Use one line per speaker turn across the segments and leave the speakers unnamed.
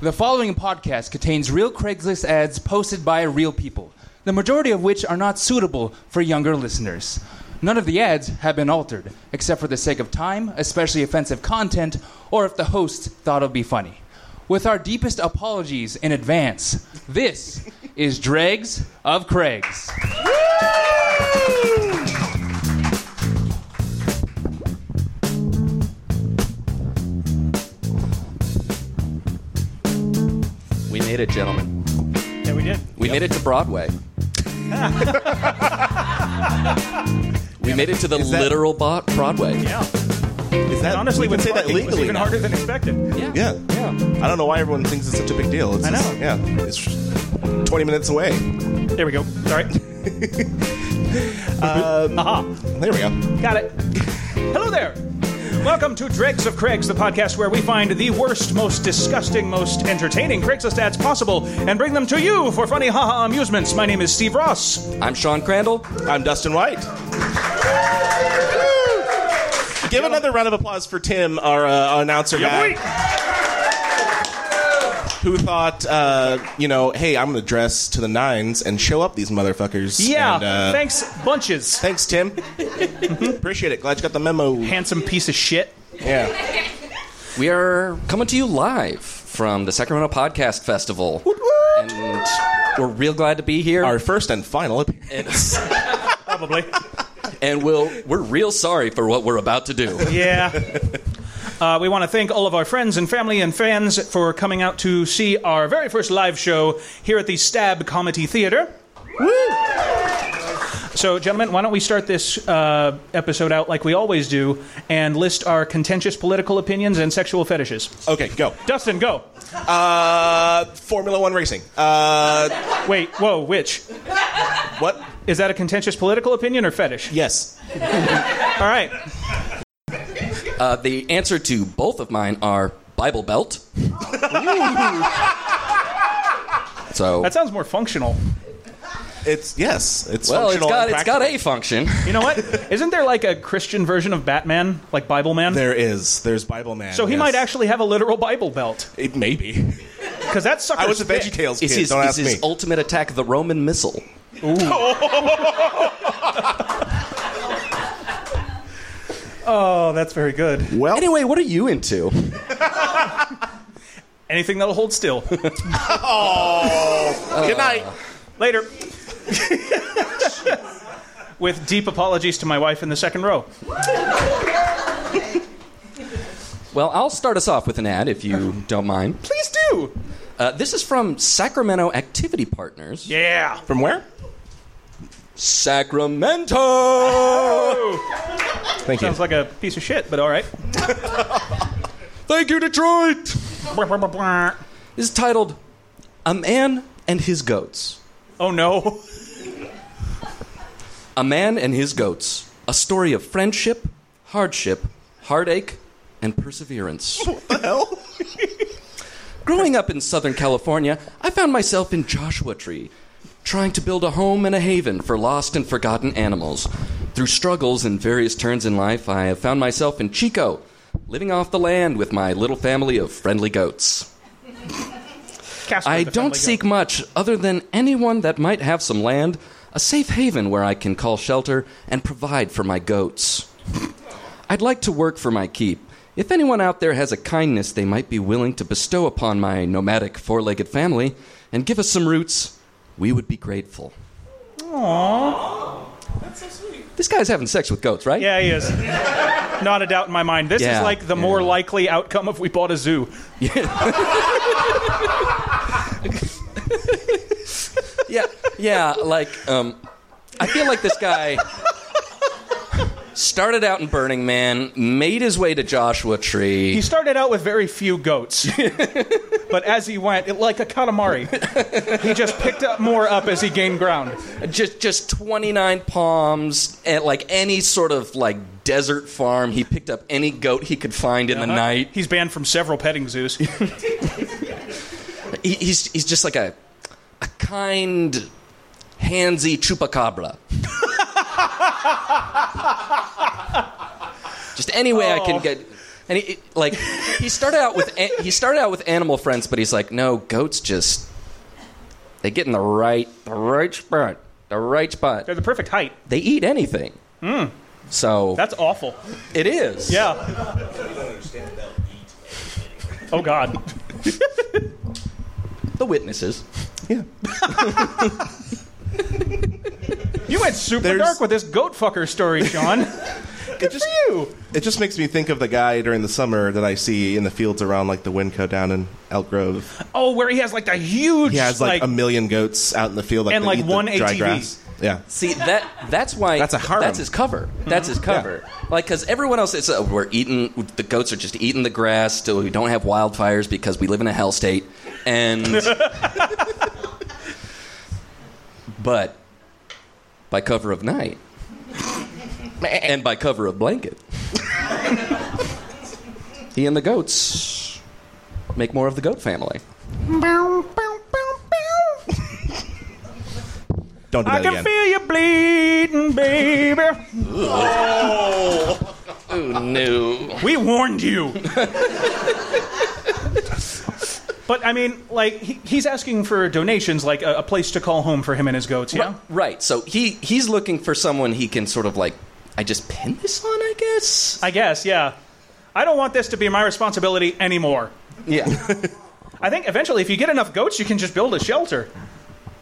The following podcast contains real Craigslist ads posted by real people, the majority of which are not suitable for younger listeners. None of the ads have been altered, except for the sake of time, especially offensive content, or if the host thought it would be funny. With our deepest apologies in advance, this is Dregs of Craigs.
We made it, gentlemen.
Yeah, we did.
We made it to Broadway. we made it to the
that-
literal bot Broadway.
Yeah.
Is that
Honestly,
we can
with
say that
parking, it was
legally?
even
now.
harder than expected.
Yeah.
Yeah.
Yeah.
I don't know why everyone thinks it's such a big deal. It's
I
just-
know.
yeah. It's 20 minutes away.
There we go. Sorry. Aha.
There we go.
Got it. Hello there. Welcome to Dregs of Craigs, the podcast where we find the worst, most disgusting, most entertaining Craigslist ads possible and bring them to you for funny haha amusements. My name is Steve Ross.
I'm Sean Crandall.
I'm Dustin White. Give another round of applause for Tim, our uh, announcer guy, who thought, uh, you know, hey, I'm going to dress to the nines and show up these motherfuckers.
Yeah.
And,
Mm-hmm.
uh,
thanks, bunches.
Thanks, Tim. Appreciate it. Glad you got the memo.
Handsome piece of shit.
Yeah.
We are coming to you live from the Sacramento Podcast Festival. And we're real glad to be here.
Our first and final appearance.
It's-
Probably.
and we'll, we're real sorry for what we're about to do.
Yeah. Uh, we want to thank all of our friends and family and fans for coming out to see our very first live show here at the Stab Comedy Theater. So, gentlemen, why don't we start this uh, episode out like we always do and list our contentious political opinions and sexual fetishes?
Okay, go.
Dustin, go.
Uh, Formula One racing. Uh,
Wait, whoa, which?
what?
Is that a contentious political opinion or fetish?
Yes.
All right.
Uh, the answer to both of mine are Bible Belt. so,
That sounds more functional.
It's yes. It's
well, it's
functional
got,
and
it's got a
practical.
function.
You know what? Isn't there like a Christian version of Batman, like Bible Man?
There is. There's Bible Man.
So he
yes.
might actually have a literal Bible belt
It may be.
because that sucker.
I was a Veggie Tales kid.
It's his,
Don't ask
it's his
me.
ultimate attack, the Roman missile.
Oh, that's very good.
well,
Anyway, what are you into?
Anything that'll hold still.
good night.
Later. With deep apologies to my wife in the second row.
Well, I'll start us off with an ad if you don't mind.
Please do.
Uh, this is from Sacramento Activity Partners.
Yeah.
From where?
Sacramento!
Thank you.
Sounds like a piece of shit, but all right.
Thank you, Detroit!
oh
This is titled A Man and His Goats.
Oh, no.
A Man and His Goats. A story of friendship, hardship, heartache, and perseverance. What the hell? Growing up in Southern California, I found myself in Joshua Tree, trying to build a home and a haven for lost and forgotten animals. Through struggles and various turns in life, I have found myself in Chico, living off the land with my little family of friendly goats.
Casper
I
the
don't
Friendly
seek
Goat.
much other than anyone that might have some land, a safe haven where I can call shelter and provide for my goats. I'd like to work for my keep. If anyone out there has a kindness they might be willing to bestow upon my nomadic four legged family and give us some roots, we would be grateful. Aww. That's so sweet. This guy's having sex with goats, right?
Yeah, he is. Not a doubt in my mind. This
Yeah,
is like the
yeah.
more likely outcome if we bought a zoo.
Yeah, yeah. Like, um, I feel like this guy started out in Burning Man, made his way to Joshua Tree.
He started out with very few goats, but as he went, it, like a katamari, he just picked up more up as he gained ground.
just, just 29 palms at like any sort of like desert farm. He picked up any goat he could find in the
Uh-huh.
night.
He's banned from several petting zoos.
He, he's he's just like a a kind, handsy chupacabra. just any way I can get. And he, it- like he started out with a- he started out with animal friends, but he's like, no, goats just they get in the right the right spot, the right spot.
They're the perfect height.
They eat anything. So
Hmm. That's awful.
it is.
Yeah. Oh God.
The witnesses.
Yeah.
You went super
There's-
dark with this goat fucker story, Sean.
It just,
you.
it just makes me think of the guy during the summer that I see in the fields around like the Winco down in Elk Grove.
Oh, where he has like the huge.
He has like,
like
a million goats out in the field, like,
And,
they
like,
eat the
one
dry
ATV.
grass. Yeah.
See that that's why
That's a harem.
That's his cover.
Hmm.
That's his cover. Like because everyone else is uh, we're eating the goats are just eating the grass. Still, we don't have wildfires because we live in a hell state. And but by cover of night and by cover of blanket, he and the goats make more of the goat family.
Don't do
I
that
can
again.
feel you bleeding, baby.
Oh no!
We warned you. but I mean, like he, he's asking for donations, like a, a place to call home for him and his goats. Yeah.
Right, right. So he he's looking for someone he can sort of like I just pin this on, I guess.
I guess. Yeah. I don't want this to be my responsibility anymore.
Yeah.
I think eventually, if you get enough goats, you can just build a shelter.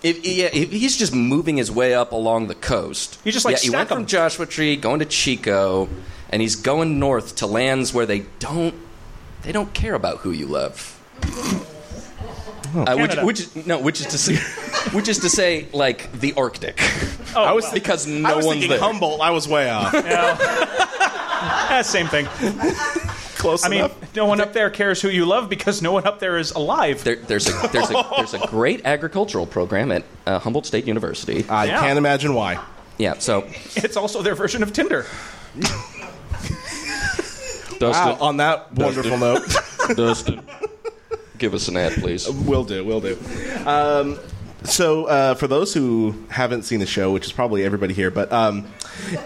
if, yeah. If he's just moving his way up along the coast.
You just, like,
yeah, he
stack
went
them.
from Joshua Tree going to Chico, and he's going north to lands where they don't they don't care about who you love. Uh, which,
Oh. Canada.
which, is- no, which is to say, which is to say, like the Arctic,
Oh,
I was
wow.
thinking,
because no
I was
one's
thinking
there.
Humboldt. I was way off.
Ah, same thing.
Close
I mean,
enough.
no one up there cares who you love because no one up there is alive.
There, there's a there's a there's a great agricultural program at uh, Humboldt State University.
I
Yeah.
can't imagine why.
Yeah, so
It's also their version of Tinder.
Wow, on that wonderful note,
Dustin, give us an ad, please.
will do, will do. Um, so, uh, for those who haven't seen the show, which is probably everybody here, but um, the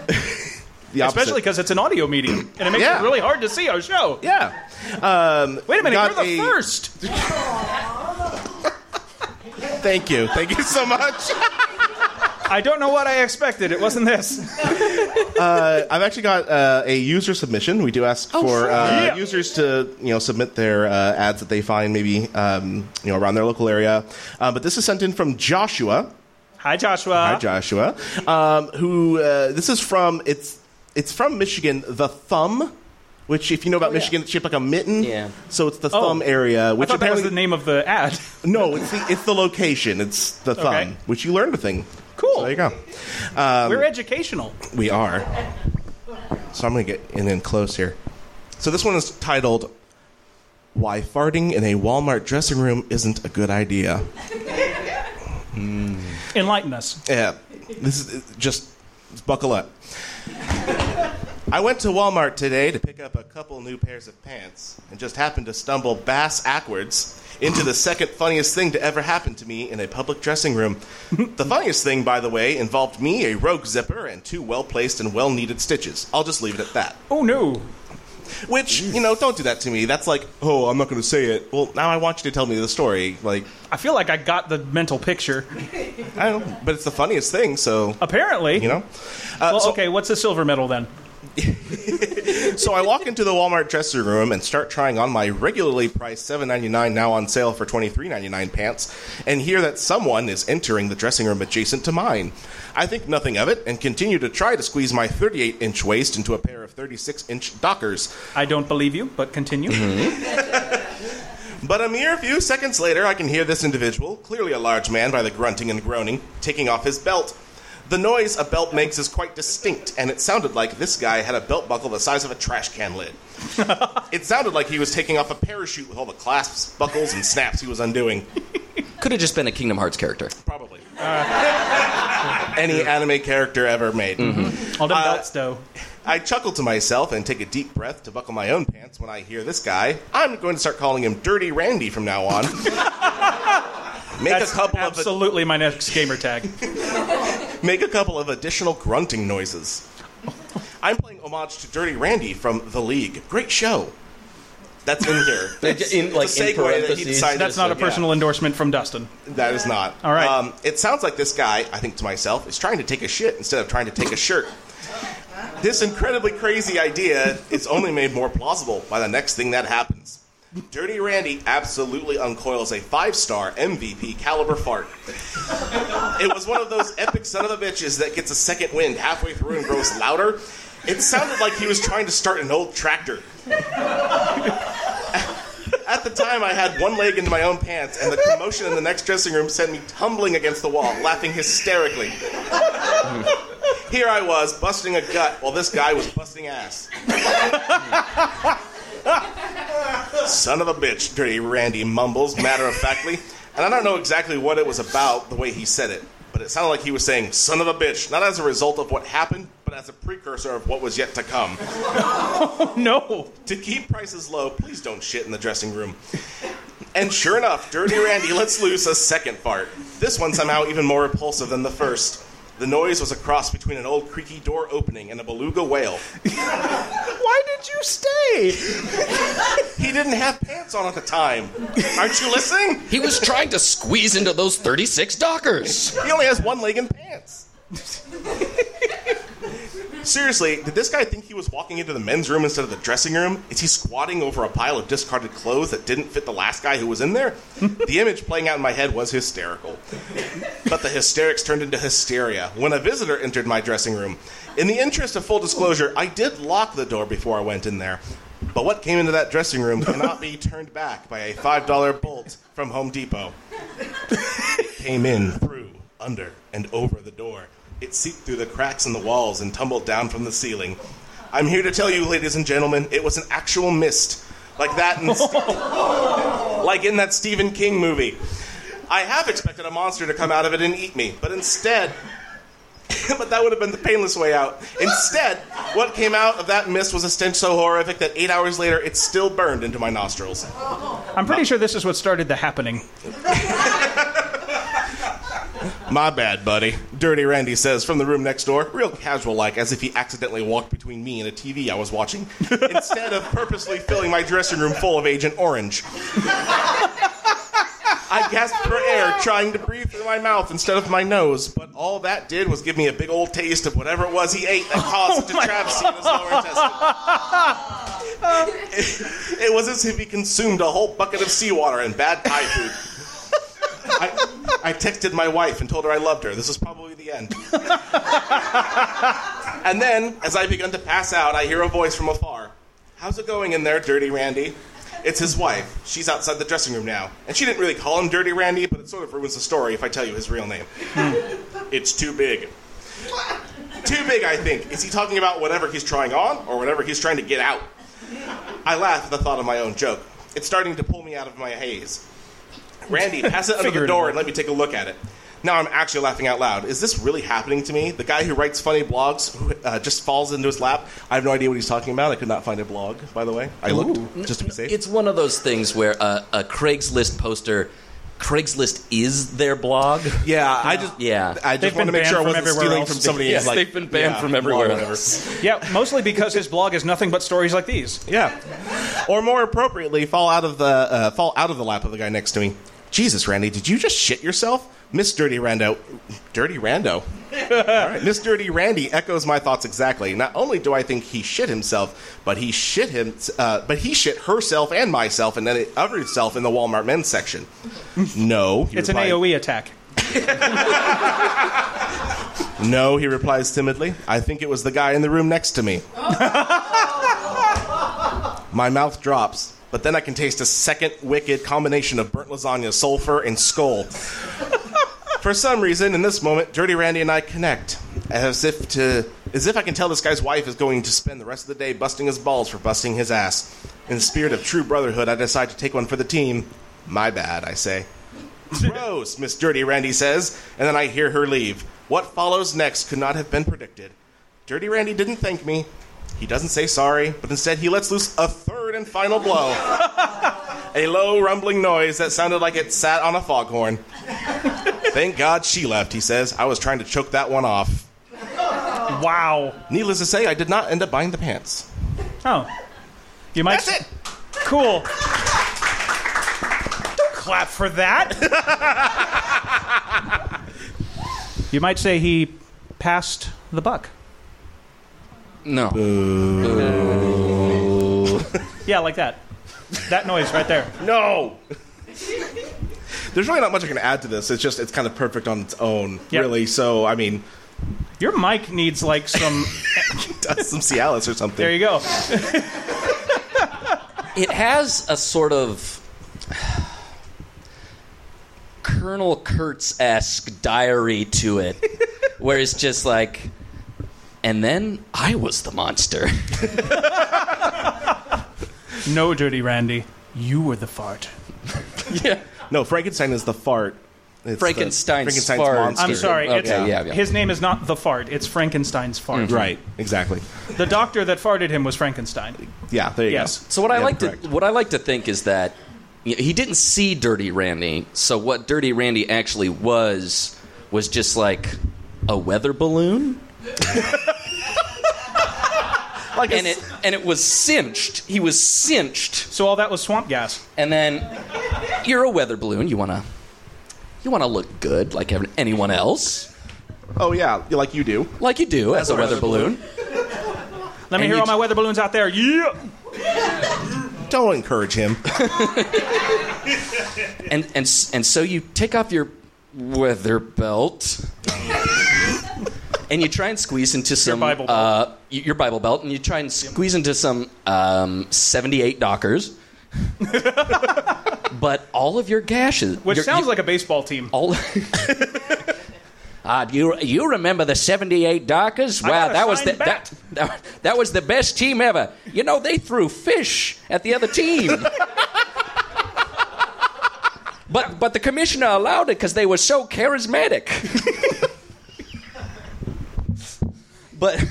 opposite.
Especially because it's an audio medium, and it makes
Yeah.
it really hard to see our show.
yeah. Um,
Wait a minute,
got
you're the
a-
first.
Thank you, thank you so much.
I don't know what I expected. It wasn't this.
I've actually got uh, a user submission. We do ask for uh,
Yeah.
users to you know submit their uh, ads that they find maybe um, you know around their local area. Uh, but this is sent in from Joshua.
Hi, Joshua.
Hi, Joshua. Um, who uh, this is from? It's it's from Michigan. The thumb, which if you know about Michigan, it's shaped like a mitten.
Yeah.
So it's the
Oh.
thumb area,
I
which
thought that was
apparently
the name of the ad.
no, it's the it's the location. It's the thumb,
Okay.
which you learned a thing.
Cool.
So there you go. Um,
We're educational.
We are. So I'm gonna get in and close here. So this one is titled "Why Farting in a Walmart Dressing Room Isn't a Good Idea."
Enlighten us.
Yeah, this is just buckle up. I went to Walmart today to pick up a couple new pairs of pants and just happened to stumble bass backwards into the second funniest thing to ever happen to me in a public dressing room. the funniest thing, by the way, involved me, a rogue zipper, and two well placed and well needed stitches. I'll just leave it at that.
Oh no.
Which, you know, don't do that to me. That's like, oh, I'm not going to say it. Well, now I want you to tell me the story. Like,
I feel like I got the mental picture.
I don't know, but it's the funniest thing, so,
Apparently.
you know? Uh,
Well,
so-
okay, what's the silver medal then?
So I walk into the Walmart dressing room and start trying on my regularly priced $7.99 now on sale for $23.99 pants and hear that someone is entering the dressing room adjacent to mine. I think nothing of it and continue to try to squeeze my 38 inch waist into a pair of 36 inch dockers.
I don't believe you, but continue.
Mm-hmm. But a mere few seconds later, I can hear this individual, clearly a large man by the grunting and groaning, taking off his belt. The noise a belt makes is quite distinct, and it sounded like this guy had a belt buckle the size of a trash can lid. it sounded like he was taking off a parachute with all the clasps, buckles, and snaps he was undoing.
Could have just been a Kingdom Hearts character.
Probably. Any anime character ever made.
All done
Uh,
belts, though.
I chuckle to myself and take a deep breath to buckle my own pants when I hear this guy. I'm going to start calling him Dirty Randy from now on. Make
That's
a couple of
absolutely my next gamer tag.
make a couple of additional grunting noises. I'm playing homage to Dirty Randy from The League. Great show. That's in here.
Like,
It's-
in-
it's
like,
a
in
segue that he
parentheses.
decided
That's
to
not a
say, yeah.
personal endorsement from Dustin.
That is not.
All right.
Um, it sounds like this guy, I think to myself, is trying to take a shit instead of trying to take a shirt. This incredibly crazy idea is only made more plausible by the next thing that happens. Dirty Randy absolutely uncoils a five star MVP caliber fart. It was one of those epic son of a bitches that gets a second wind halfway through and grows louder. It sounded like he was trying to start an old tractor. At the time, I had one leg into my own pants, and the commotion in the next dressing room sent me tumbling against the wall, laughing hysterically. Here I was, busting a gut, while this guy was busting ass. Son of a bitch, Dirty Randy mumbles matter of factly, and I don't know exactly what it was about the way he said it, but it sounded like he was saying, son of a bitch, not as a result of what happened, but as a precursor of what was yet to come.
No.
To keep prices low, please don't shit in the dressing room. And sure enough, Dirty Randy lets loose a second fart. This one somehow even more repulsive than the first. The noise was a cross between an old creaky door opening and a beluga whale.
Why did you stay?
He didn't have pants on at the time. Aren't you listening?
He was trying to squeeze into those 36 dockers.
He only has one leg in pants. Seriously, did this guy think he was walking into the men's room instead of the dressing room? Is he squatting over a pile of discarded clothes that didn't fit the last guy who was in there? the image playing out in my head was hysterical. But the hysterics turned into hysteria when a visitor entered my dressing room. In the interest of full disclosure, I did lock the door before I went in there. But what came into that dressing room cannot be turned back by a $5 bolt from Home Depot came in through, under, and over the door. It seeped through the cracks in the walls and tumbled down from the ceiling. I'm here to tell you, ladies and gentlemen, it was an actual mist, like that in like in that Stephen King movie. I have expected a monster to come out of it and eat me, but instead, but that would have been the painless way out. Instead, what came out of that mist was a stench so horrific that eight hours later, it still burned into my nostrils.
I'm pretty sure this is what started the happening.
My bad, buddy. Dirty Randy says from the room next door, real casual like, as if he accidentally walked between me and a TV I was watching, instead of purposely filling my dressing room full of Agent Orange. I gasped for air, trying to breathe through my mouth instead of my nose, but all that did was give me a big old taste of whatever it was he ate that caused the travesty in his lower intestine. it, it was as if he consumed a whole bucket of seawater and bad Thai food. I, I texted my wife and told her I loved her. This was probably the end. and then, as I begun to pass out, I hear a voice from afar. How's it going in there, Dirty Randy? It's his wife. She's outside the dressing room now. And she didn't really call him Dirty Randy, but it sort of ruins the story if I tell you his real name. it's too big. Too big, I think. Is he talking about whatever he's trying on or whatever he's trying to get out? I laugh at the thought of my own joke. It's starting to pull me out of my haze. Randy, pass it under the door and let me take a look at it. Now I'm actually laughing out loud. Is this really happening to me? The guy who writes funny blogs who, uh, just falls into his lap. I have no idea what he's talking about. I could not find a blog, by the way. I looked just to be safe.
It's one of those things where uh, a Craigslist poster, Craigslist is their blog.
yeah, I just
Yeah.
I
They've
just want
been
to make sure I
banned from
wasn't
everywhere
stealing
else.
from somebody.
Yes,
like,
they've been banned from everywhere
blog or whatever.
else.
Yeah, mostly because his blog is nothing but stories like these.
Yeah, or more appropriately, fall out of the uh, fall out of the lap of the guy next to me. Jesus, Randy, did you just shit yourself? Miss Dirty Rando, Dirty Rando. All right, Miss Dirty Randy echoes my thoughts exactly. Not only do I think he shit himself, but he shit him, uh, but he shit herself and myself and then the other self in the Walmart men's section. No, he
It's an
replied.
E AOE attack.
No, he replies timidly. I think it was the guy in the room next to me. My mouth drops, but then I can taste a second wicked combination of burnt lasagna, sulfur, and skull. For some reason, in this moment, Dirty Randy and I connect, as if to as if I can tell this guy's wife is going to spend the rest of the day busting his balls for busting his ass. In the spirit of true brotherhood, I decide to take one for the team. My bad, I say. Gross, Miss Dirty Randy says, and then I hear her leave. What follows next could not have been predicted. Dirty Randy didn't thank me. He doesn't say sorry, but instead he lets loose a third and final blow. a low rumbling noise that sounded like it sat on a foghorn. Thank God she left, he says. I was trying to choke that one off.
Wow.
Needless to say, I did not end up buying the pants.
Oh. You might
That's it.
Cool. Don't clap for that. you might say he passed the buck.
No.
Yeah, like that. That noise right there.
No. There's really not much I can add to this. It's just it's kind of perfect on its own,
Yep.
really. So I mean,
Your mic needs like some.
some Cialis or something.
There you go.
It has a sort of Colonel Kurtz esque diary to it, where it's just like, and then I was the monster.
No, Dirty Randy. You were the fart.
yeah.
No, Frankenstein is the fart. It's the-
Frankenstein's
Frankenstein's
fart.
monster.
I'm sorry.
Okay,
it's,
yeah, Mm. yeah.
His name is not the fart. It's Frankenstein's fart.
Right. Exactly.
The doctor that farted him was Frankenstein.
Yeah. There you
Yes.
go.
So what I
Yeah,
like
correct.
to what I like to think is that y- he didn't see Dirty Randy. So what Dirty Randy actually was was just like a weather balloon.
Like
and
it's-
it and it was cinched. He was cinched,
So all that was swamp gas.
and then you're a weather balloon. You wanna you wanna look good like ev- anyone else,
Oh yeah, like you do.
like you do as, a weather, balloon.
Let me
And
hear
you-
all my weather balloons out there. Yeah.
Don't encourage him.
And and s- and so you take off your weather belt, and you try and squeeze into some
Bible belt.
uh, y- your Bible belt, and you try and squeeze into some um, seventy-eight dockers. but all of your gashes,
Which
your-
sounds
you-
like a baseball team.
all. Ah, do you you remember the '78 Dockers? Wow,
got a
that was the,
signed
that, that that was the best team ever. You know, they threw fish at the other team. but but the commissioner allowed it because they were so charismatic. but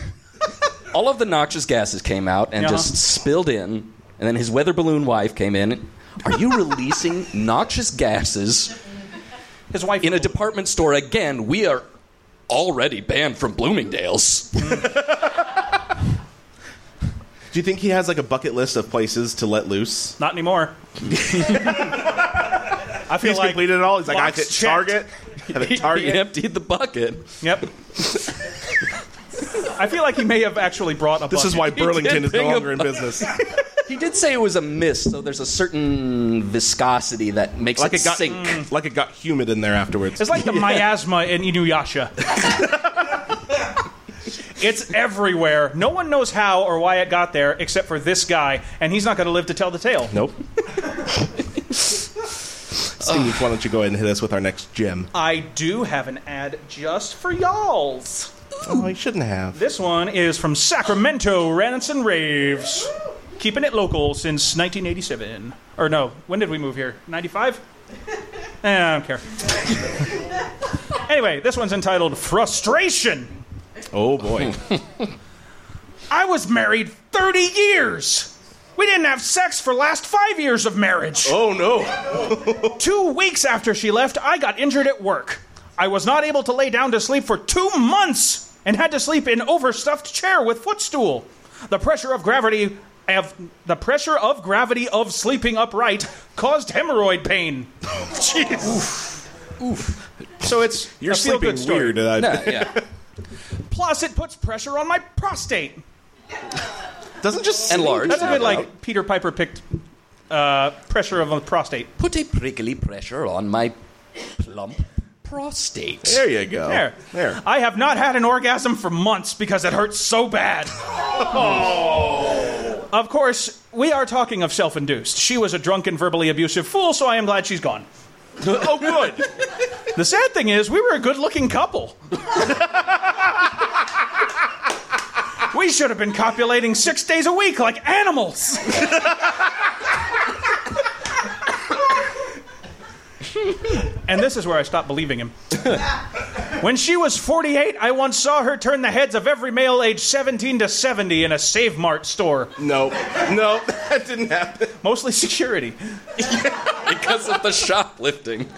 all of the noxious gases came out and
Uh-huh.
just spilled in, and then his weather balloon wife came in. Are you releasing noxious gases?
His wife.
in a department store again, we are already banned from Bloomingdale's.
Do you think he has like a bucket list of places to let loose?
Not anymore. I feel
He's
like
completed it all. He's like, I
box
hit
checked.
Target. I hit
Target
Target.
emptied the bucket.
Yep. I feel like he may have actually brought a.
This is why
bucket.
Burlington is no
bring a
longer in business.
He did say it was a mist, so there's a certain viscosity that makes
Like
it,
it got Mm.
sink.
like it got humid in there afterwards.
It's like the miasma in Inuyasha. it's everywhere. No one knows how or why it got there except for this guy, and he's not going to live to tell the tale.
nope. Steve, why don't you go ahead and hit us with our next gem?
Oh.
I do have an ad just for y'all's.
Oh, you shouldn't have.
This one is from Sacramento Rants and Raves. Keeping it local since 1987. Or no, when did we move here? 95? Eh, I don't care. anyway, this one's entitled Frustration.
Oh boy.
I was married 30 years. We didn't have sex for last five years of marriage.
oh no.
Two weeks after she left, I got injured at work. I was not able to lay down to sleep for two months and had to sleep in overstuffed chair with footstool. The pressure of gravity of the pressure of gravity of sleeping upright caused hemorrhoid pain. Jeez. So it's
You're
a feel-good
sleeping
story.
weird. I-
yeah.
Plus, it puts pressure on my prostate.
Doesn't just
And
sleep
large.
That's a
no
good
doubt.
like Peter Piper picked uh, pressure of a prostate.
Put a prickly pressure on my plump prostate.
There you go.
There.
There.
I have not had an orgasm for months because it hurts so bad.
Oh.
Of course, we are talking of self induced. She was a drunken, verbally abusive fool, so I am glad she's gone.
oh, good.
The sad thing is, we were a good looking couple. we should have been copulating six days a week like animals. and this is where I stopped believing him. when she was 48, I once saw her turn the heads of every male aged 17 to 70 in a Save Mart store,
No, no, that didn't happen.
mostly security.
Because of the shoplifting.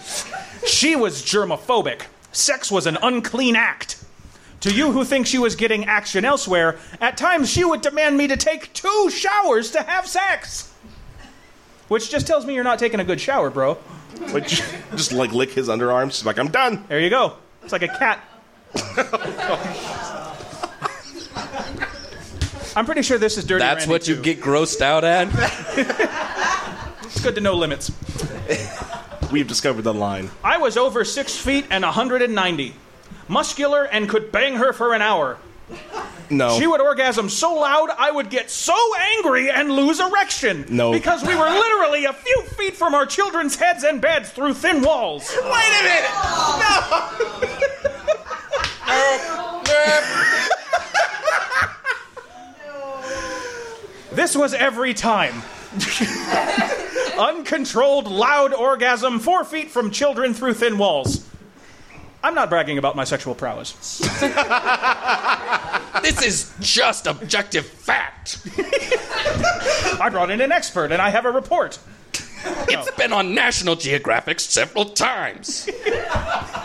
She was germophobic. Sex was an unclean act. To you who think she was getting action elsewhere, at times she would demand me to take two showers to have sex. which just tells me you're not taking a good shower, bro.
Like, just, just like lick his underarms. She's like, I'm done.
There you go. It's like a cat. I'm pretty sure this is dirty.
That's
Randy,
what you
too.
get grossed out at?
It's good to know limits.
We've discovered the line.
I was over six feet and 190, muscular and could bang her for an hour.
No.
She would orgasm so loud I would get so angry and lose erection.
No.
Because we were literally a few feet from our children's heads and beds through thin walls.
Wait a minute!
This was every time. Uncontrolled, loud orgasm, four feet from children through thin walls. I'm not bragging about my sexual prowess.
This is just objective fact.
I brought in an expert and I have a report.
It's been on National Geographic several times.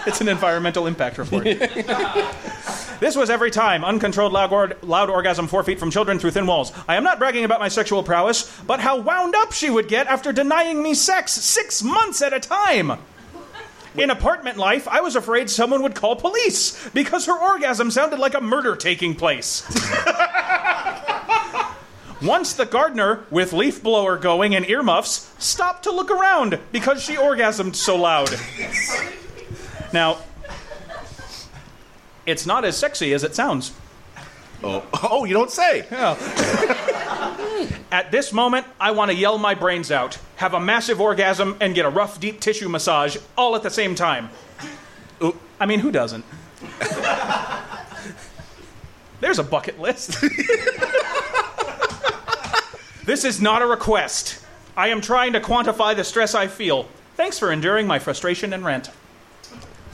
It's an environmental impact report. this was every time uncontrolled loud, or- loud orgasm four feet from children through thin walls. I am not bragging about my sexual prowess, but how wound up she would get after denying me sex six months at a time. In apartment life, I was afraid someone would call police because her orgasm sounded like a murder taking place. Once the gardener, with leaf blower going and earmuffs, stopped to look around because she orgasmed so loud. Now, it's not as sexy as it sounds.
Oh, oh, you don't say.
At this moment, I want to yell my brains out, have a massive orgasm, and get a rough, deep tissue massage all at the same time. Oop. I mean, who doesn't? There's a bucket list. this is not a request. I am trying to quantify the stress I feel. Thanks for enduring my frustration and rant.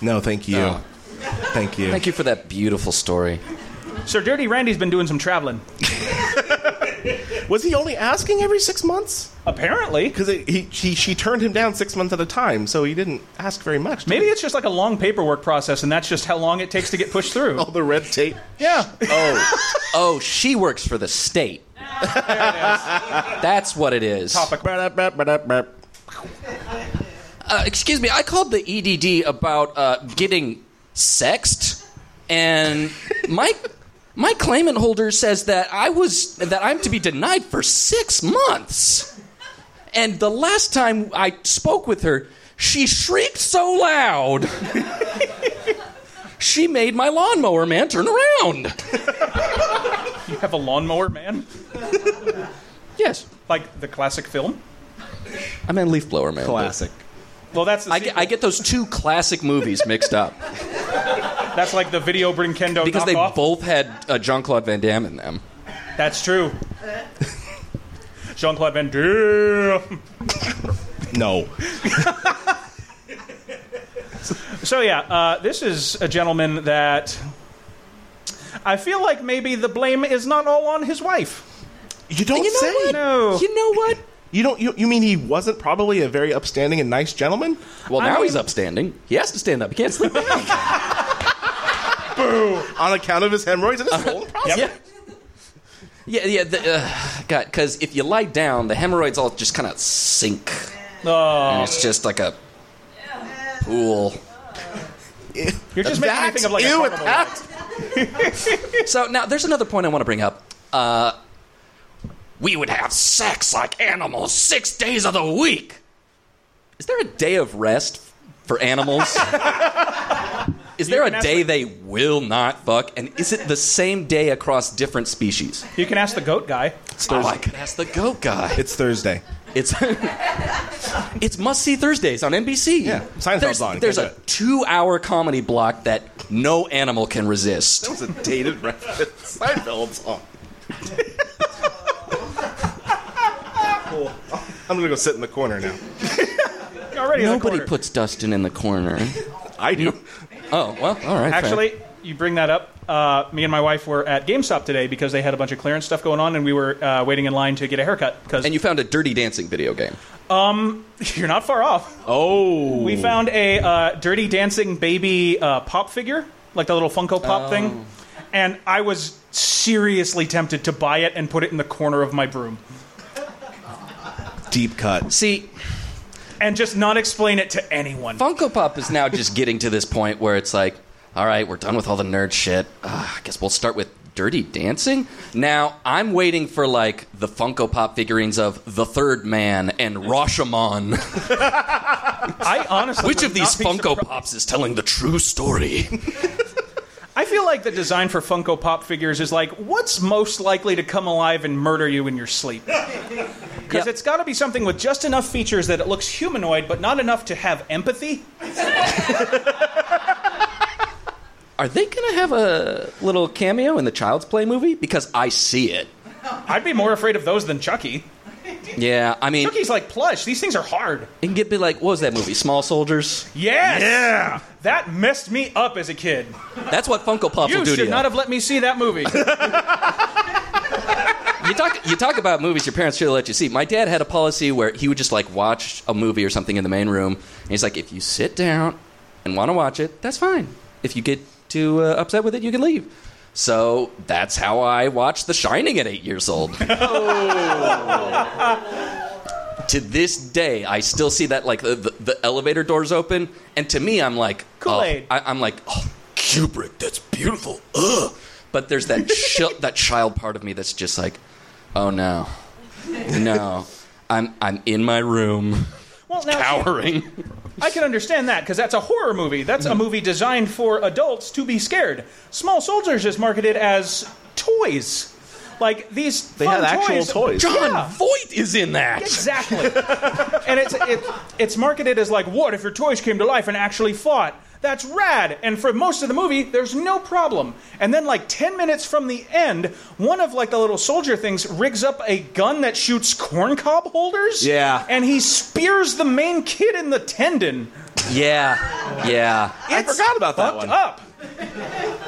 No, thank you.
No.
Thank you.
Thank you for that beautiful story.
Sir Dirty Randy's been doing some traveling.
Was he only asking every six months?
Apparently.
Because he, she, she turned him down six months at a time, so he didn't ask very much. did
Maybe
he?
it's just like a long paperwork process, and that's just how long it takes to get pushed through.
all the red tape.
Yeah.
Oh, oh, she works for the state. That's what it is. Uh, excuse me, I called the EDD about uh, getting sexed, and my my claimant holder says that I was that I'm to be denied for six months. And the last time I spoke with her, she shrieked so loud. She made my lawnmower man turn around.
You have a lawnmower man?
Yes.
Like the classic film?
I meant leaf blower man.
Classic.
Well, that's the
I get, I get those two classic movies mixed up
that's like the video Brinkendo
because they
knockoff.
both had uh, Jean Claude Van Damme in them.
that's true. Jean Claude Van Damme.
No.
So yeah, uh, this is a gentleman that I feel like maybe the blame is not all on his wife.
You don't
You know
say.
what?
No.
You know what?
You don't. You, you mean he wasn't probably a very upstanding and nice gentleman?
Well, now
mean-
he's upstanding. He has to stand up. He can't sleep.
on account of his hemorrhoids and his swollen prostate.
yeah. Yeah, yeah. The, uh, God, because if you lie down, the hemorrhoids all just kind of sink.
Oh,
It's just like a pool.
you're just making me
That?
think of like a
Ew,
carnival.
that?
So now there's another point I want to bring up. Uh,
We would have sex like animals six days of the week.
is there a day of rest for animals? is there
can
a
ask
day they will not fuck? And is it the same day across different species?
You can ask the goat guy.
Oh, I could ask the goat guy.
It's Thursday.
It's it's must see Thursdays on NBC.
Yeah, Seinfeld's
there's,
on,
There's
can't
a
do it.
two hour comedy block that no animal can resist.
That was a dated reference. Seinfeld's on. Cool. I'm gonna go sit in the corner now.
Already in the
Nobody
corner.
puts Dustin in the corner.
I do.
Oh well, all right. fair.
Actually, you bring that up. Uh, me and my wife were at GameStop today because they had a bunch of clearance stuff going on, and we were uh, waiting in line to get a haircut because
and you found a Dirty Dancing video game.
you're not far off.
Oh,
We found a uh, Dirty Dancing baby uh, pop figure, like the little Funko Pop thing,
Oh.
and I was seriously tempted to buy it and put it in the corner of my broom.
Deep cut.
See,
and just not explain it to anyone.
Funko Pop is now just getting to this point where it's like, all right, we're done with all the nerd shit. Uh, I guess we'll start with Dirty Dancing. Now I'm waiting for like the Funko Pop figurines of The Third Man and Rashomon.
I honestly,
Which
would
of these
not be
Funko Pops is telling the true story?
I feel like the design for Funko Pop figures is like, what's most likely to come alive and murder you in your sleep? Because
Yeah.
it's got to be something with just enough features that it looks humanoid, but not enough to have empathy.
Are they gonna have a little cameo in the Child's Play movie? Because I see it.
I'd be more afraid of those than Chucky.
Yeah, I mean,
Chucky's like plush. These things are hard.
it can get be like, what was that movie? Small Soldiers.
Yes. Yeah. That messed me up as a kid.
That's what Funko Pops
You
will do to
should
you.
not have let me see that movie.
you talk you talk about movies your parents should have let you see. My dad had a policy where he would just like watch a movie or something in the main room, and he's like, if you sit down and want to watch it, that's fine. If you get too uh, upset with it, you can leave. So that's how I watched The Shining at eight years old. to this day, I still see that like the, the, the elevator doors open, and to me, I'm like,
Kool-Aid.
Oh, I, am like, oh, Kubrick, that's beautiful. Ugh. But there's that chill, that child part of me that's just like, oh no, no, I'm I'm in my room,
well, now,
cowering.
I can understand that because that's a horror movie. That's a movie designed for adults to be scared. Small Soldiers is marketed as toys. Like these,
They had
fun
actual
toys.
toys.
John
Yeah.
Voight is in that.
Exactly. and it's it, it's marketed as like, what if your toys came to life and actually fought? That's rad. And for most of the movie, there's no problem. And then like 10 minutes from the end, one of like the little soldier things rigs up a gun that shoots corn cob holders.
Yeah.
And he spears the main kid in the tendon.
Yeah, yeah,
I forgot about that
Fucked
one.
up.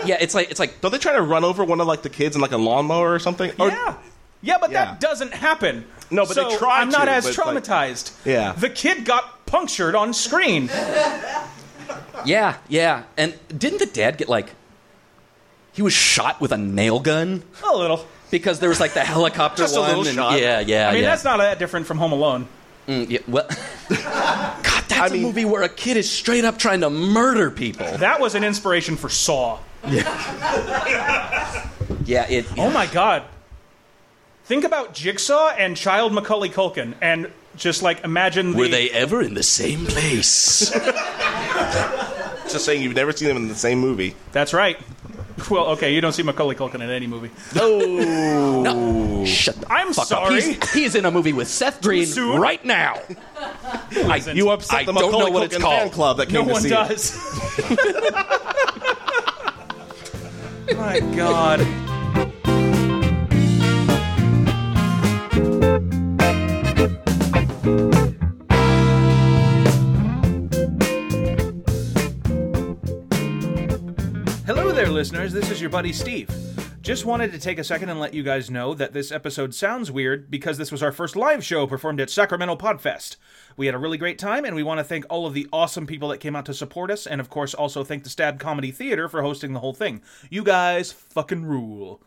yeah. It's like it's like
Don't they try to run over one of like the kids in like a lawnmower or something? Or-
yeah. Yeah, but
Oh, Yeah.
that doesn't happen.
No, but they
So
try
I'm not
to,
as
but, like-
traumatized.
Yeah.
The kid got punctured on screen.
yeah, yeah. And didn't the dad get like? He was shot with a nail gun.
A little.
because there was like the helicopter
Just a
one.
little
and-
shot.
Yeah, yeah,
I mean,
yeah.
that's not that different from Home Alone.
Mm, yeah, well, God, that's a
mean-
movie where a kid is straight up trying to murder people.
That was an inspiration for Saw.
Yeah, it.
Oh my god. Think about Jigsaw and Child Macaulay Culkin and just like imagine the,
Were they ever in the same place?
Just saying you've never seen them in the same movie.
That's right. Well, okay, you don't see Macaulay Culkin in any movie.
Shut the
I'm
fuck up.
sorry.
He's, he's in a movie with Seth Green
soon?
right now. I,
You upset
I
the
don't
Macaulay
know what it's
Culkin
called.
fan club that
No
came to
one
see it.
does. my god. Hello there, listeners. This is your buddy Steve. Just wanted to take a second and let you guys know that this episode sounds weird because this was our first live show performed at Sacramento Podfest. We had a really great time, and we want to thank all of the awesome people that came out to support us, and of course, also thank the Stab Comedy Theater for hosting the whole thing. You guys fucking rule.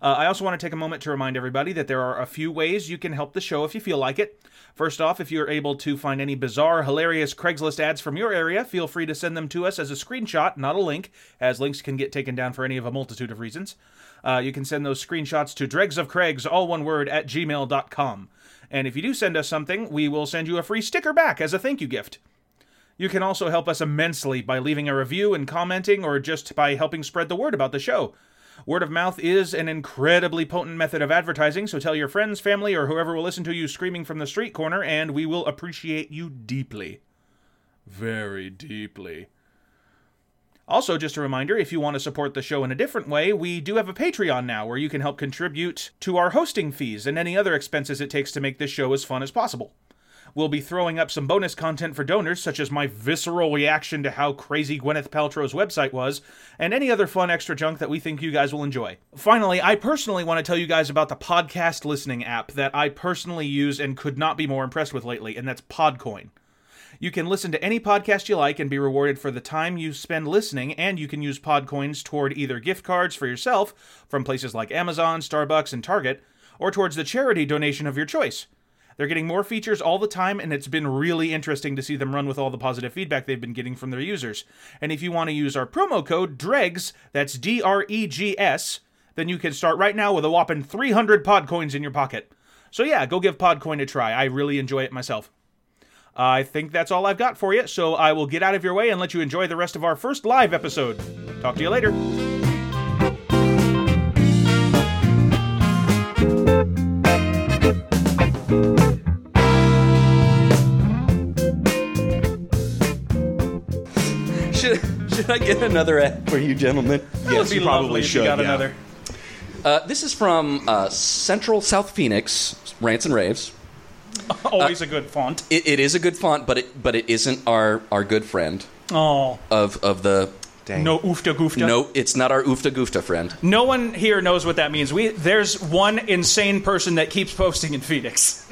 Uh, I also want to take a moment to remind everybody that there are a few ways you can help the show if you feel like it. First off, if you're able to find any bizarre, hilarious Craigslist ads from your area, feel free to send them to us as a screenshot, not a link, as links can get taken down for any of a multitude of reasons. Uh, you can send those screenshots to dregsofcraigs, all one word, at gmail.com. And if you do send us something, we will send you a free sticker back as a thank you gift. You can also help us immensely by leaving a review and commenting or just by helping spread the word about the show. Word of mouth is an incredibly potent method of advertising, so tell your friends, family, or whoever will listen to you screaming from the street corner, and we will appreciate you deeply. Very deeply. Also, just a reminder if you want to support the show in a different way, we do have a Patreon now where you can help contribute to our hosting fees and any other expenses it takes to make this show as fun as possible. We'll be throwing up some bonus content for donors, such as my visceral reaction to how crazy Gwyneth Paltrow's website was, and any other fun extra junk that we think you guys will enjoy. Finally, I personally want to tell you guys about the podcast listening app that I personally use and could not be more impressed with lately, and that's Podcoin. You can listen to any podcast you like and be rewarded for the time you spend listening, and you can use Podcoins toward either gift cards for yourself from places like Amazon, Starbucks, and Target, or towards the charity donation of your choice. They're getting more features all the time, and it's been really interesting to see them run with all the positive feedback they've been getting from their users. And if you want to use our promo code DREGS, that's D R E G S, then you can start right now with a whopping 300 Podcoins in your pocket. So yeah, go give Podcoin a try. I really enjoy it myself. I think that's all I've got for you, so I will get out of your way and let you enjoy the rest of our first live episode. Talk to you later.
Should, should I get another ad for you, gentlemen?
Yes,
you probably should, yeah.
Uh, this is from uh, Central South Phoenix, Rants and Raves.
Always a good font.
It, it is a good font, but it but it isn't our, our good friend
Oh,
of of the.
no oofta goofta.
No, it's not our oofta goofta friend.
No one here knows what that means. We there's one insane person that keeps posting in Phoenix.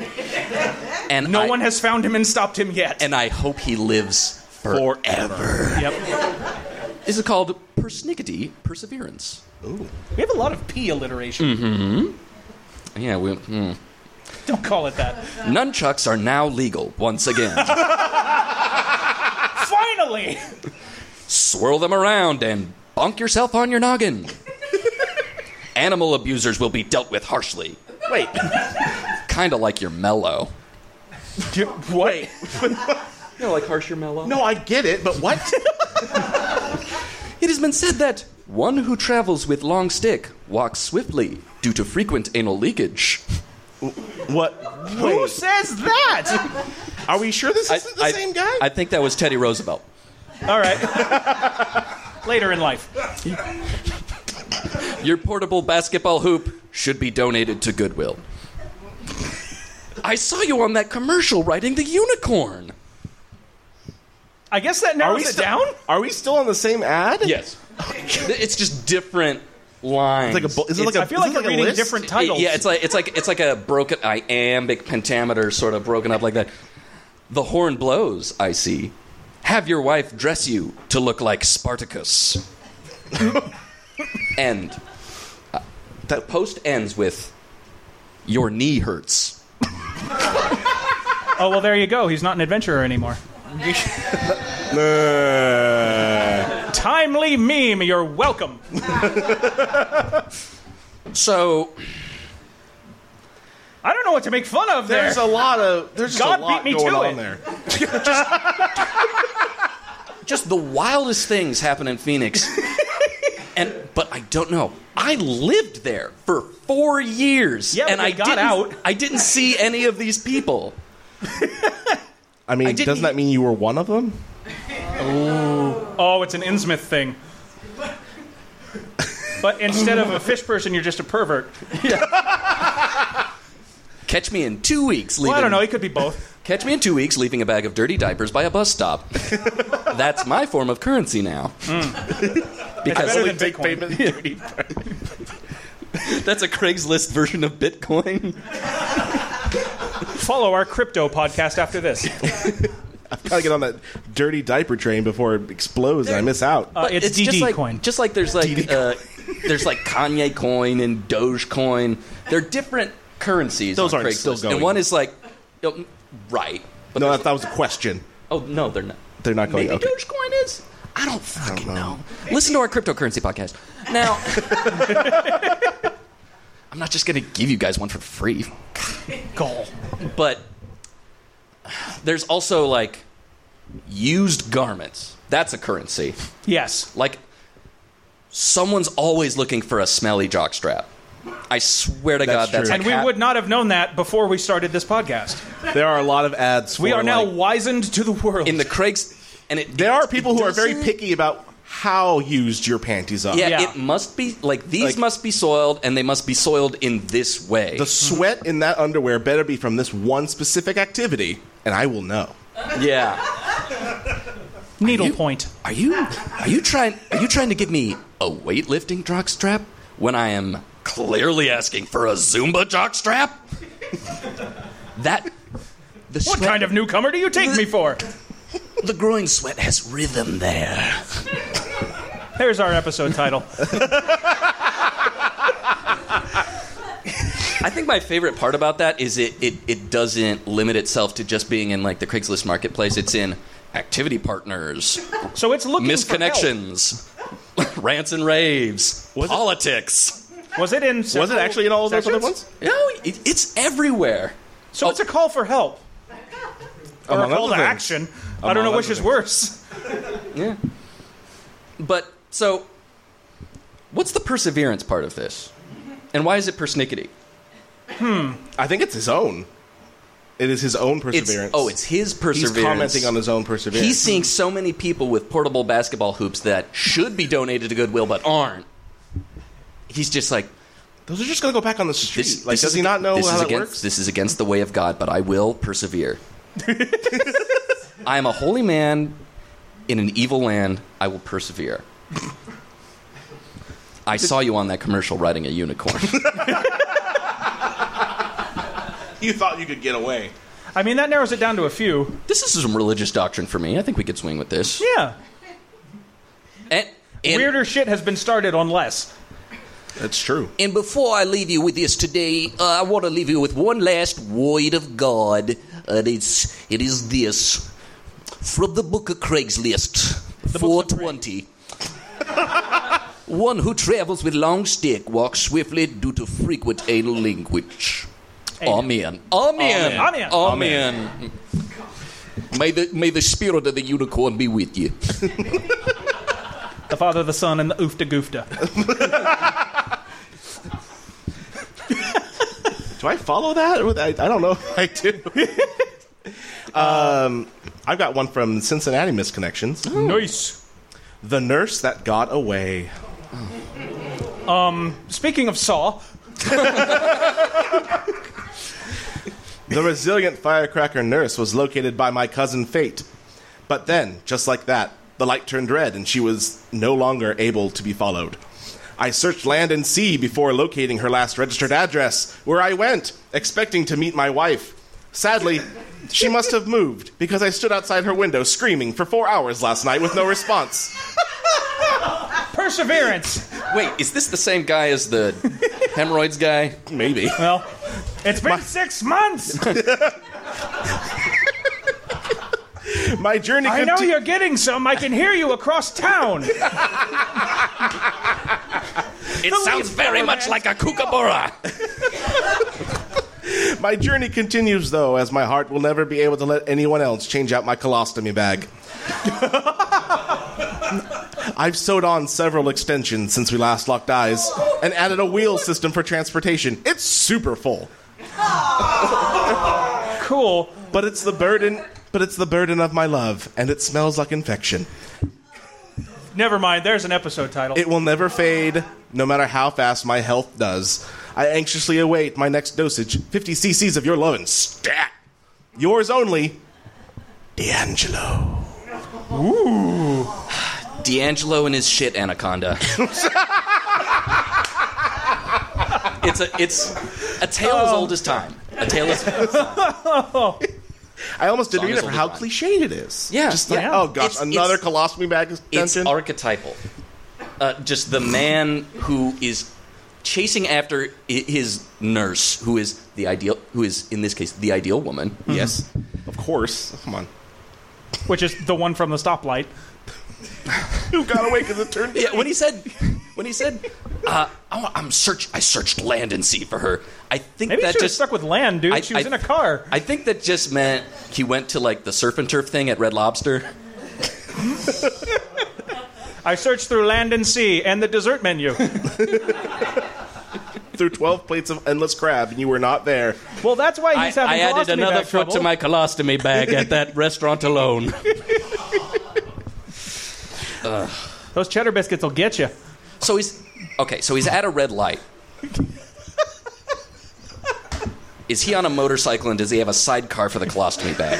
And
No
I,
one has found him and stopped him yet.
And I hope he lives forever.
yep.
This is called persnickety perseverance.
We have a lot of P alliteration.
Mm.
Yeah, we. hmm.
Don't call it that.
Nunchucks are now legal once again.
Finally!
Swirl them around and bonk yourself on your noggin. Animal abusers will be dealt with harshly.
Wait,
Kinda like your mellow.
Wait.
You know, like harsher mellow?
no, I get it, but what?
It has been said that one who travels with long stick walks swiftly due to frequent anal leakage.
what?
Who
Wait,
says that?
are we sure this isn't the
I-
same guy?
I think that was Teddy Roosevelt.
All right. Later in life.
Your portable basketball hoop should be donated to Goodwill. I saw you on that commercial riding the unicorn.
I guess that
are
narrows
we
it
still,
down.
Are we still on the same ad?
Yes. it's just different lines.
It's like a. bu- Is it like a?
I feel
is
like
it
you're
a
reading
list?
different titles.
yeah, it's like it's like it's like a broken iambic pentameter sort of broken up like that. The horn blows, I see. Have your wife dress you to look like Spartacus. End. Uh, the post ends with your knee hurts.
oh, well, there you go. He's not an adventurer anymore. Timely meme. You're welcome.
So
I don't know what to make fun of there.
There's a lot of. There's just
God
a lot
beat me
going
to
on
it.
there.
just the wildest things happen in Phoenix. and but I don't know. I lived there for four years,
Yeah, but
and
they
I
got
didn't.
out.
I didn't see any of these people.
I mean,
didn't-
doesn't that mean you were one of them?
Oh, it's an Innsmouth thing. But instead of a fish person, you're just a pervert.
Catch me in two weeks. Leaving,
Well, I don't know. It could be both.
Catch me in two weeks leaving a bag of dirty diapers by a bus stop. That's my form of currency now.
Hmm?
because
better than Bitcoin.
that's a Craigslist version of Bitcoin.
Follow our crypto podcast after this.
Gotta get on that dirty diaper train before it explodes and I miss out.
Uh, it's, DD
just like,
coin.
Just like there's like uh, there's like Kanye coin and Dogecoin. They're different currencies.
Those
on
aren't
Craigslist.
still
And
going.
one is like um, right. But
no,
there's-
that, that was a question.
oh no, they're not.
They're not going.
Maybe
okay.
Dogecoin is. I don't fucking know. Listen to our cryptocurrency podcast. Now, I'm not just gonna give you guys one for free,
Goal.
but there's also like used garments. That's a currency.
Yes.
Like, someone's always looking for a smelly jockstrap. I swear to
That's
God, that's
true.
like
And we
ha-
would not have known that before we started this podcast.
There are a lot of ads.
We
for,
are now
like-
wizened to the world.
in the Craig's. And it,
there are
it-
people
it
who are very
doesn't-
picky about how used your panties are.
Yeah,
Yeah.
it must be like these
Like-
must be soiled, and they must be soiled in this way.
The sweat in that underwear better be from this one specific activity, and I will know.
yeah.
needlepoint.
Are you are you trying are you trying to give me a weightlifting jockstrap when I am clearly asking for a Zumba jockstrap? that the
What kind of newcomer do you take me for?
the groin sweat has rhythm there.
There's our episode title.
I think my favorite part about that is it, it, it doesn't limit itself to just being in like the Craigslist marketplace. It's in activity partners,
So it's looking
misconnections, rants and raves,
Was it-
politics.
For help. Was it in?
Was it actually in all of those other ones? Oh.
You know, it, it's everywhere.
So it's a call for help or a
Among
call
other
to
things.
action. I don't know
Among
which
other
is
things.
worse.
Yeah. But so, what's the perseverance part of this? And why is it persnickety?
I think it's his own. It is his own
It's,
perseverance.
oh, it's his
He's
perseverance.
commenting on his own perseverance.
He's seeing so many people with portable basketball hoops that should be donated to Goodwill but aren't. He's just like,
Those are just going to go back on the street.
this,
like,
this
does
is
he not know
this is
how that
against,
works?
This is against the way of God, but I will persevere. I am a holy man in an evil land. I will persevere. I saw you on that commercial riding a unicorn.
You thought you could get away.
I mean, that narrows it down to a few.
this is some religious doctrine for me. I think we could swing with this.
Yeah.
And, and-
Weirder shit has been started on less.
That's true.
And before I leave you with this today, uh, I want to leave you with one last word of God, and it's it is this from the book of Craigslist, four twenty. one who travels with long stick walks swiftly due to frequent anal language. Amen. Amen.
Amen.
Amen. May the may the spirit of the unicorn be with you.
The Father, the Son, and the Oofta Goofta.
Do I follow that? Or I, I don't know if I do. um, I've got one from Cincinnati Misconnections.
Uh-huh.
nice.
The nurse that got away.
Speaking of Saw,
The resilient firecracker nurse was located by my cousin Fate. But then, just like that, the light turned red and she was no longer able to be followed. I searched land and sea before locating her last registered address, where I went, expecting to meet my wife. Sadly, she must have moved because I stood outside her window screaming for four hours last night with no response.
Perseverance.
Wait, is this the same guy as the hemorrhoids guy?
Maybe.
Well, it's been six months.
My journey
I know
conti-
you're getting some. I can hear you across town.
It sounds very much like a kookaburra.
My journey continues, though, as my heart will never be able to let anyone else change out my colostomy bag. I've sewed on several extensions since we last locked eyes and added a wheel system for transportation. It's super full,
Cool.
but it's the burden, but it's the burden of my love and it smells like infection.
Never mind. There's an episode title.
It will never fade no matter how fast my health does. I anxiously await my next dosage, 50 cc's of your love and stat. Yours only, D'Angelo.
D'Angelo and his shit anaconda. it's a it's a tale as old as time. A tale as
I almost didn't
Song
read
is
it for
old
how
as mine.
cliched it is.
Yeah,
Just like,
yeah.
oh gosh,
It's-
another
it's-
colostomy bag
it's
extension.
archetypal. Uh, just the man who is chasing after i- his nurse, who is the ideal, who is in this case the ideal woman.
Mm-hmm.
yes, of course. Come on.
which is the one from the stoplight.
Who got away because it turned?
Yeah, when he said, when he said, uh, I, am search, I searched land and sea for her. I think
Maybe you
that
should have
just
stuck with land, dude.
I-
she was
I-
in a car.
I think that just meant he went to like the surf and turf thing at Red Lobster.
I searched through land and sea and the dessert menu.
through twelve plates of endless crab, and you were not there.
Well, that's why
I,
he's having
I added
colostomy
another
bag
foot
trouble.
to my colostomy bag at that restaurant alone.
Those cheddar biscuits will get you.
So he's okay. So he's at a red light. Is he on a motorcycle and does he have a sidecar for the colostomy bag?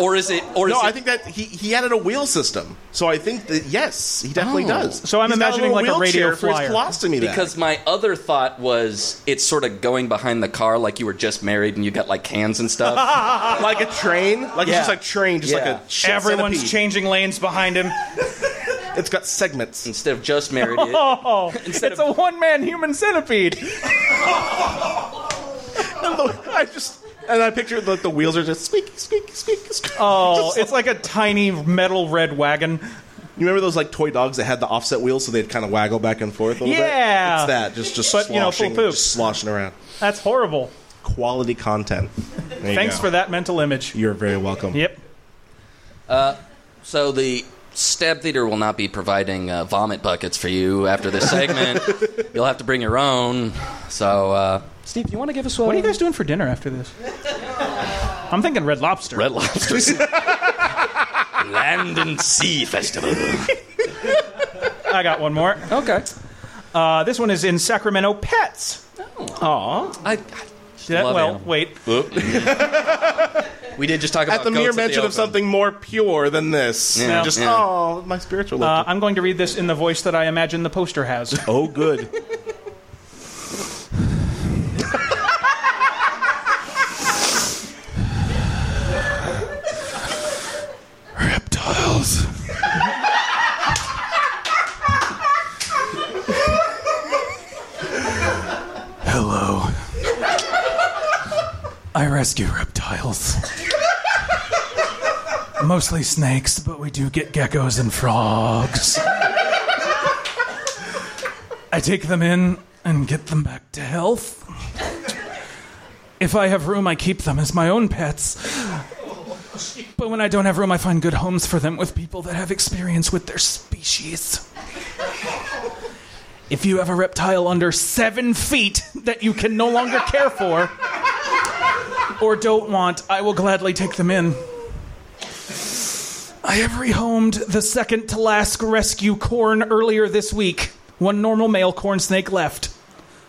or is it? Or is
No,
it,
I think that he, he added a wheel system. So I think that yes, he definitely
Oh.
does.
So I'm
He's got
imagining
little
like a radio
wheelchair for his
flyer.
colostomy bag.
because my other thought was it's sort of going behind the car like you were just married and you got like cans and stuff.
like a train, like it's
Yeah.
just like train, just
Yeah.
like a shit
Everyone's
centipede.
changing lanes behind him.
It's got segments.
Instead of just married, it-
Oh,
Instead
it's
of-
a one-man human centipede.
I just and I picture like the wheels are just squeak, squeak, squeak, squeak.
Oh, it's like a tiny metal red wagon.
You remember those like toy dogs that had the offset wheels, so they'd kind of waggle back and forth a little
Yeah.
bit. it's that just just
But, you know,
sloshing,
full poop.
just sloshing around.
That's horrible.
Quality content. There you
Thanks
go.
for that mental image.
You're very welcome.
Yep.
so the Stab Theater will not be providing uh, vomit buckets for you after this segment. You'll have to bring your own. So, uh, Steve, you want to give us a
What are you guys doing for dinner after this? I'm thinking Red Lobster.
Red Lobsters?
Land and Sea Festival.
I got one more.
okay.
Uh, this one is in Sacramento Pets. Aw.
I, I
Did I-
Oh. love
well,
animals.
wait.
we did just talk about
At the mere
goats
mention
the
of something more pure than this,
Yeah.
just
Yeah.
oh, my spiritual.
Uh,
Uh,
I'm going to read this in the voice that I imagine the poster has.
oh, good.
Reptiles. Hello. I rescue reptiles. Mostly snakes, but we do get geckos and frogs. I take them in and get them back to health. If I have room, I keep them as my own pets. But when I don't have room, I find good homes for them with people that have experience with their species.
If you have a reptile under seven feet that you can no longer care for or don't want, I will gladly take them in. I have rehomed the second to last rescue corn earlier this week. One normal male corn snake left,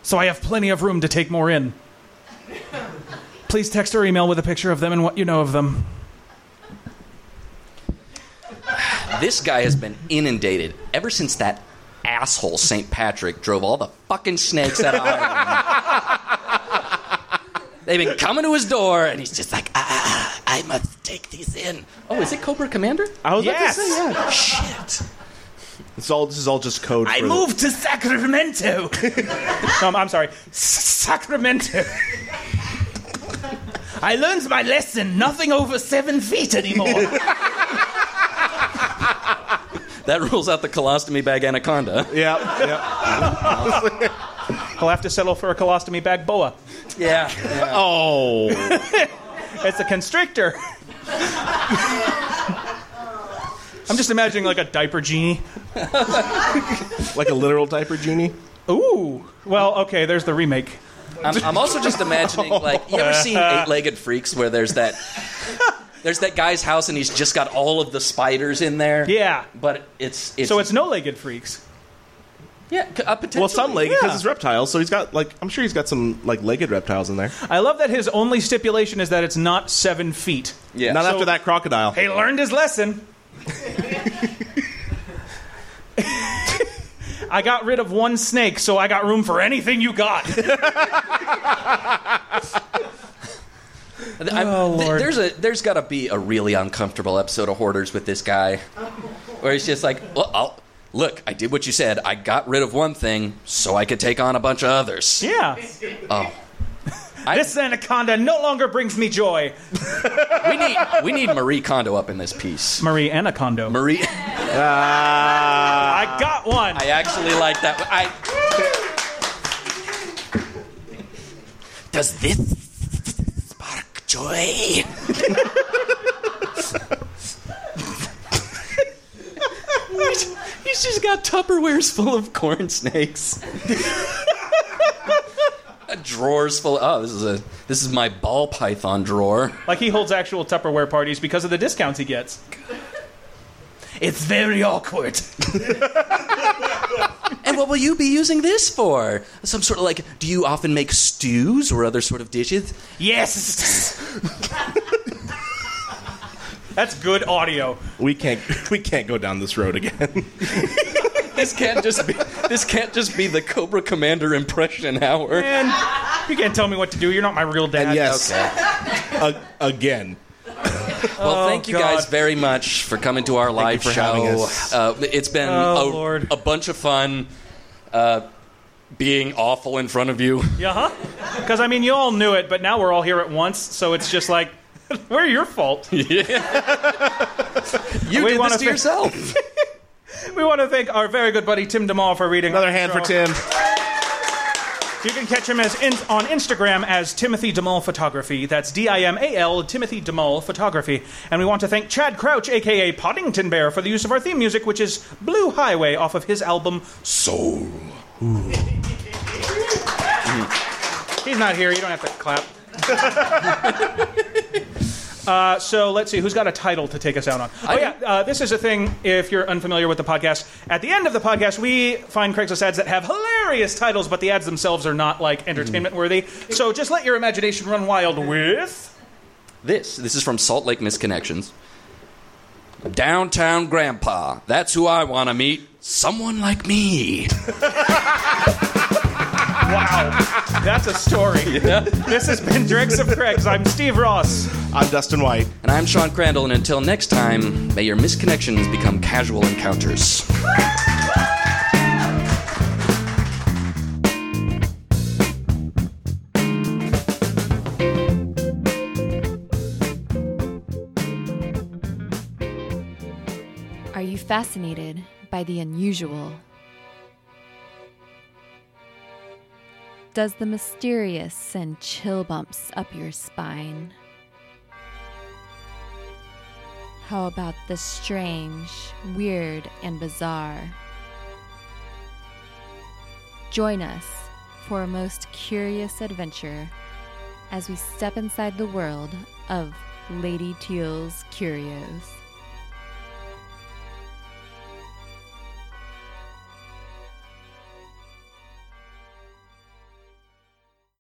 so I have plenty of room to take more in. Please text or email with a picture of them and what you know of them.
This guy has been inundated ever since that asshole St. Patrick drove all the fucking snakes out of Ireland. They've been coming to his door, and he's just like, ah, ah, ah, I must take these in. Oh, is it Cobra Commander?
I was
Yes.
about to say, yeah.
Shit.
It's all this is all just code. for the-
to Sacramento. no, I'm sorry. Sacramento. I learned my lesson. Nothing over seven feet anymore.
That rules out the colostomy bag anaconda.
Yeah, yeah.
I'll have to settle for a colostomy bag boa.
Yeah.
Oh,
It's a constrictor. I'm just imagining like a diaper genie.
like a literal diaper genie.
Ooh. Well, okay. There's the remake.
I'm, I'm also just imagining, like, you ever seen Eight-Legged Freaks where there's that... There's that guy's house and he's just got all of the spiders in there.
Yeah.
But it's, it's
So it's no-legged freaks.
yeah, c- uh, potentially.
Well, some legged because
Yeah.
it's reptiles, so he's got like I'm sure he's got some like legged reptiles in there.
I love that his only stipulation is that it's not seven feet.
Yeah.
Not
So-
after that crocodile.
He learned his lesson. I got rid of one snake, so I got room for anything you got.
Th- I'm-
Oh,
th-
Lord.
there's a there's got to be a really uncomfortable episode of Hoarders with this guy, where he's just like, well, I'll, look, I did what you said. I got rid of one thing so I could take on a bunch of others.
Yeah.
Oh,
This anaconda no longer brings me joy.
we need we need Marie Kondo up in this piece.
Marie Anacondo.
Marie,
Ah.
I got one.
I actually like that. I
Does this spark joy?
he's just got Tupperwares full of corn snakes. Drawers full. oh, this is a this is my ball python drawer.
Like he holds actual Tupperware parties because of the discounts he gets.
It's very awkward.
And what will you be using this for? Some sort of like, do you often make stews or other sort of dishes?
Yes. That's good audio.
we can't we can't go down this road again.
This can't just be this can't just be the Cobra Commander impression hour.
And you can't tell me what to do. You're not my real dad.
yes, a- again.
Well, thank you guys
God.
very much for coming to our live
for
show.
having us.
Uh, it's been
Oh,
a,
Lord.
a bunch of fun uh, being awful in front of you.
Yeah, huh?
Because, I mean, you all knew it, but now we're all here at once, so it's just like, we're your fault.
You
We
did
wanna
this to
thank-
yourself.
We want to thank our very good buddy Tim DeMall for reading.
Another hand for Tim.
You can catch him as in, on Instagram as Timothy DeMall Photography. That's D I M A L, Timothy DeMall Photography. And we want to thank Chad Crouch, aka Poddington Bear, for the use of our theme music, which is Blue Highway off of his album Soul. He's not here. You don't have to clap. Uh, so let's see who's got a title to take us out on. Oh yeah, uh, this is a thing. If you're unfamiliar with the podcast, at the end of the podcast, we find Craigslist ads that have hilarious titles, but the ads themselves are not like entertainment worthy. So just let your imagination run wild with.
This. This is from Salt Lake Misconnections. Downtown Grandpa. That's who I want to meet. Someone like me.
Wow, that's a story. This has been Dregs of Craigs. I'm Steve Ross.
I'm Dustin White.
And I'm Sean Crandall, and until next time, may your misconnections become casual encounters.
Are you fascinated by the unusual? Does the mysterious send chill bumps up your spine? How about the strange, weird, and bizarre? Join us for a most curious adventure as we step inside the world of Lady Teal's Curios.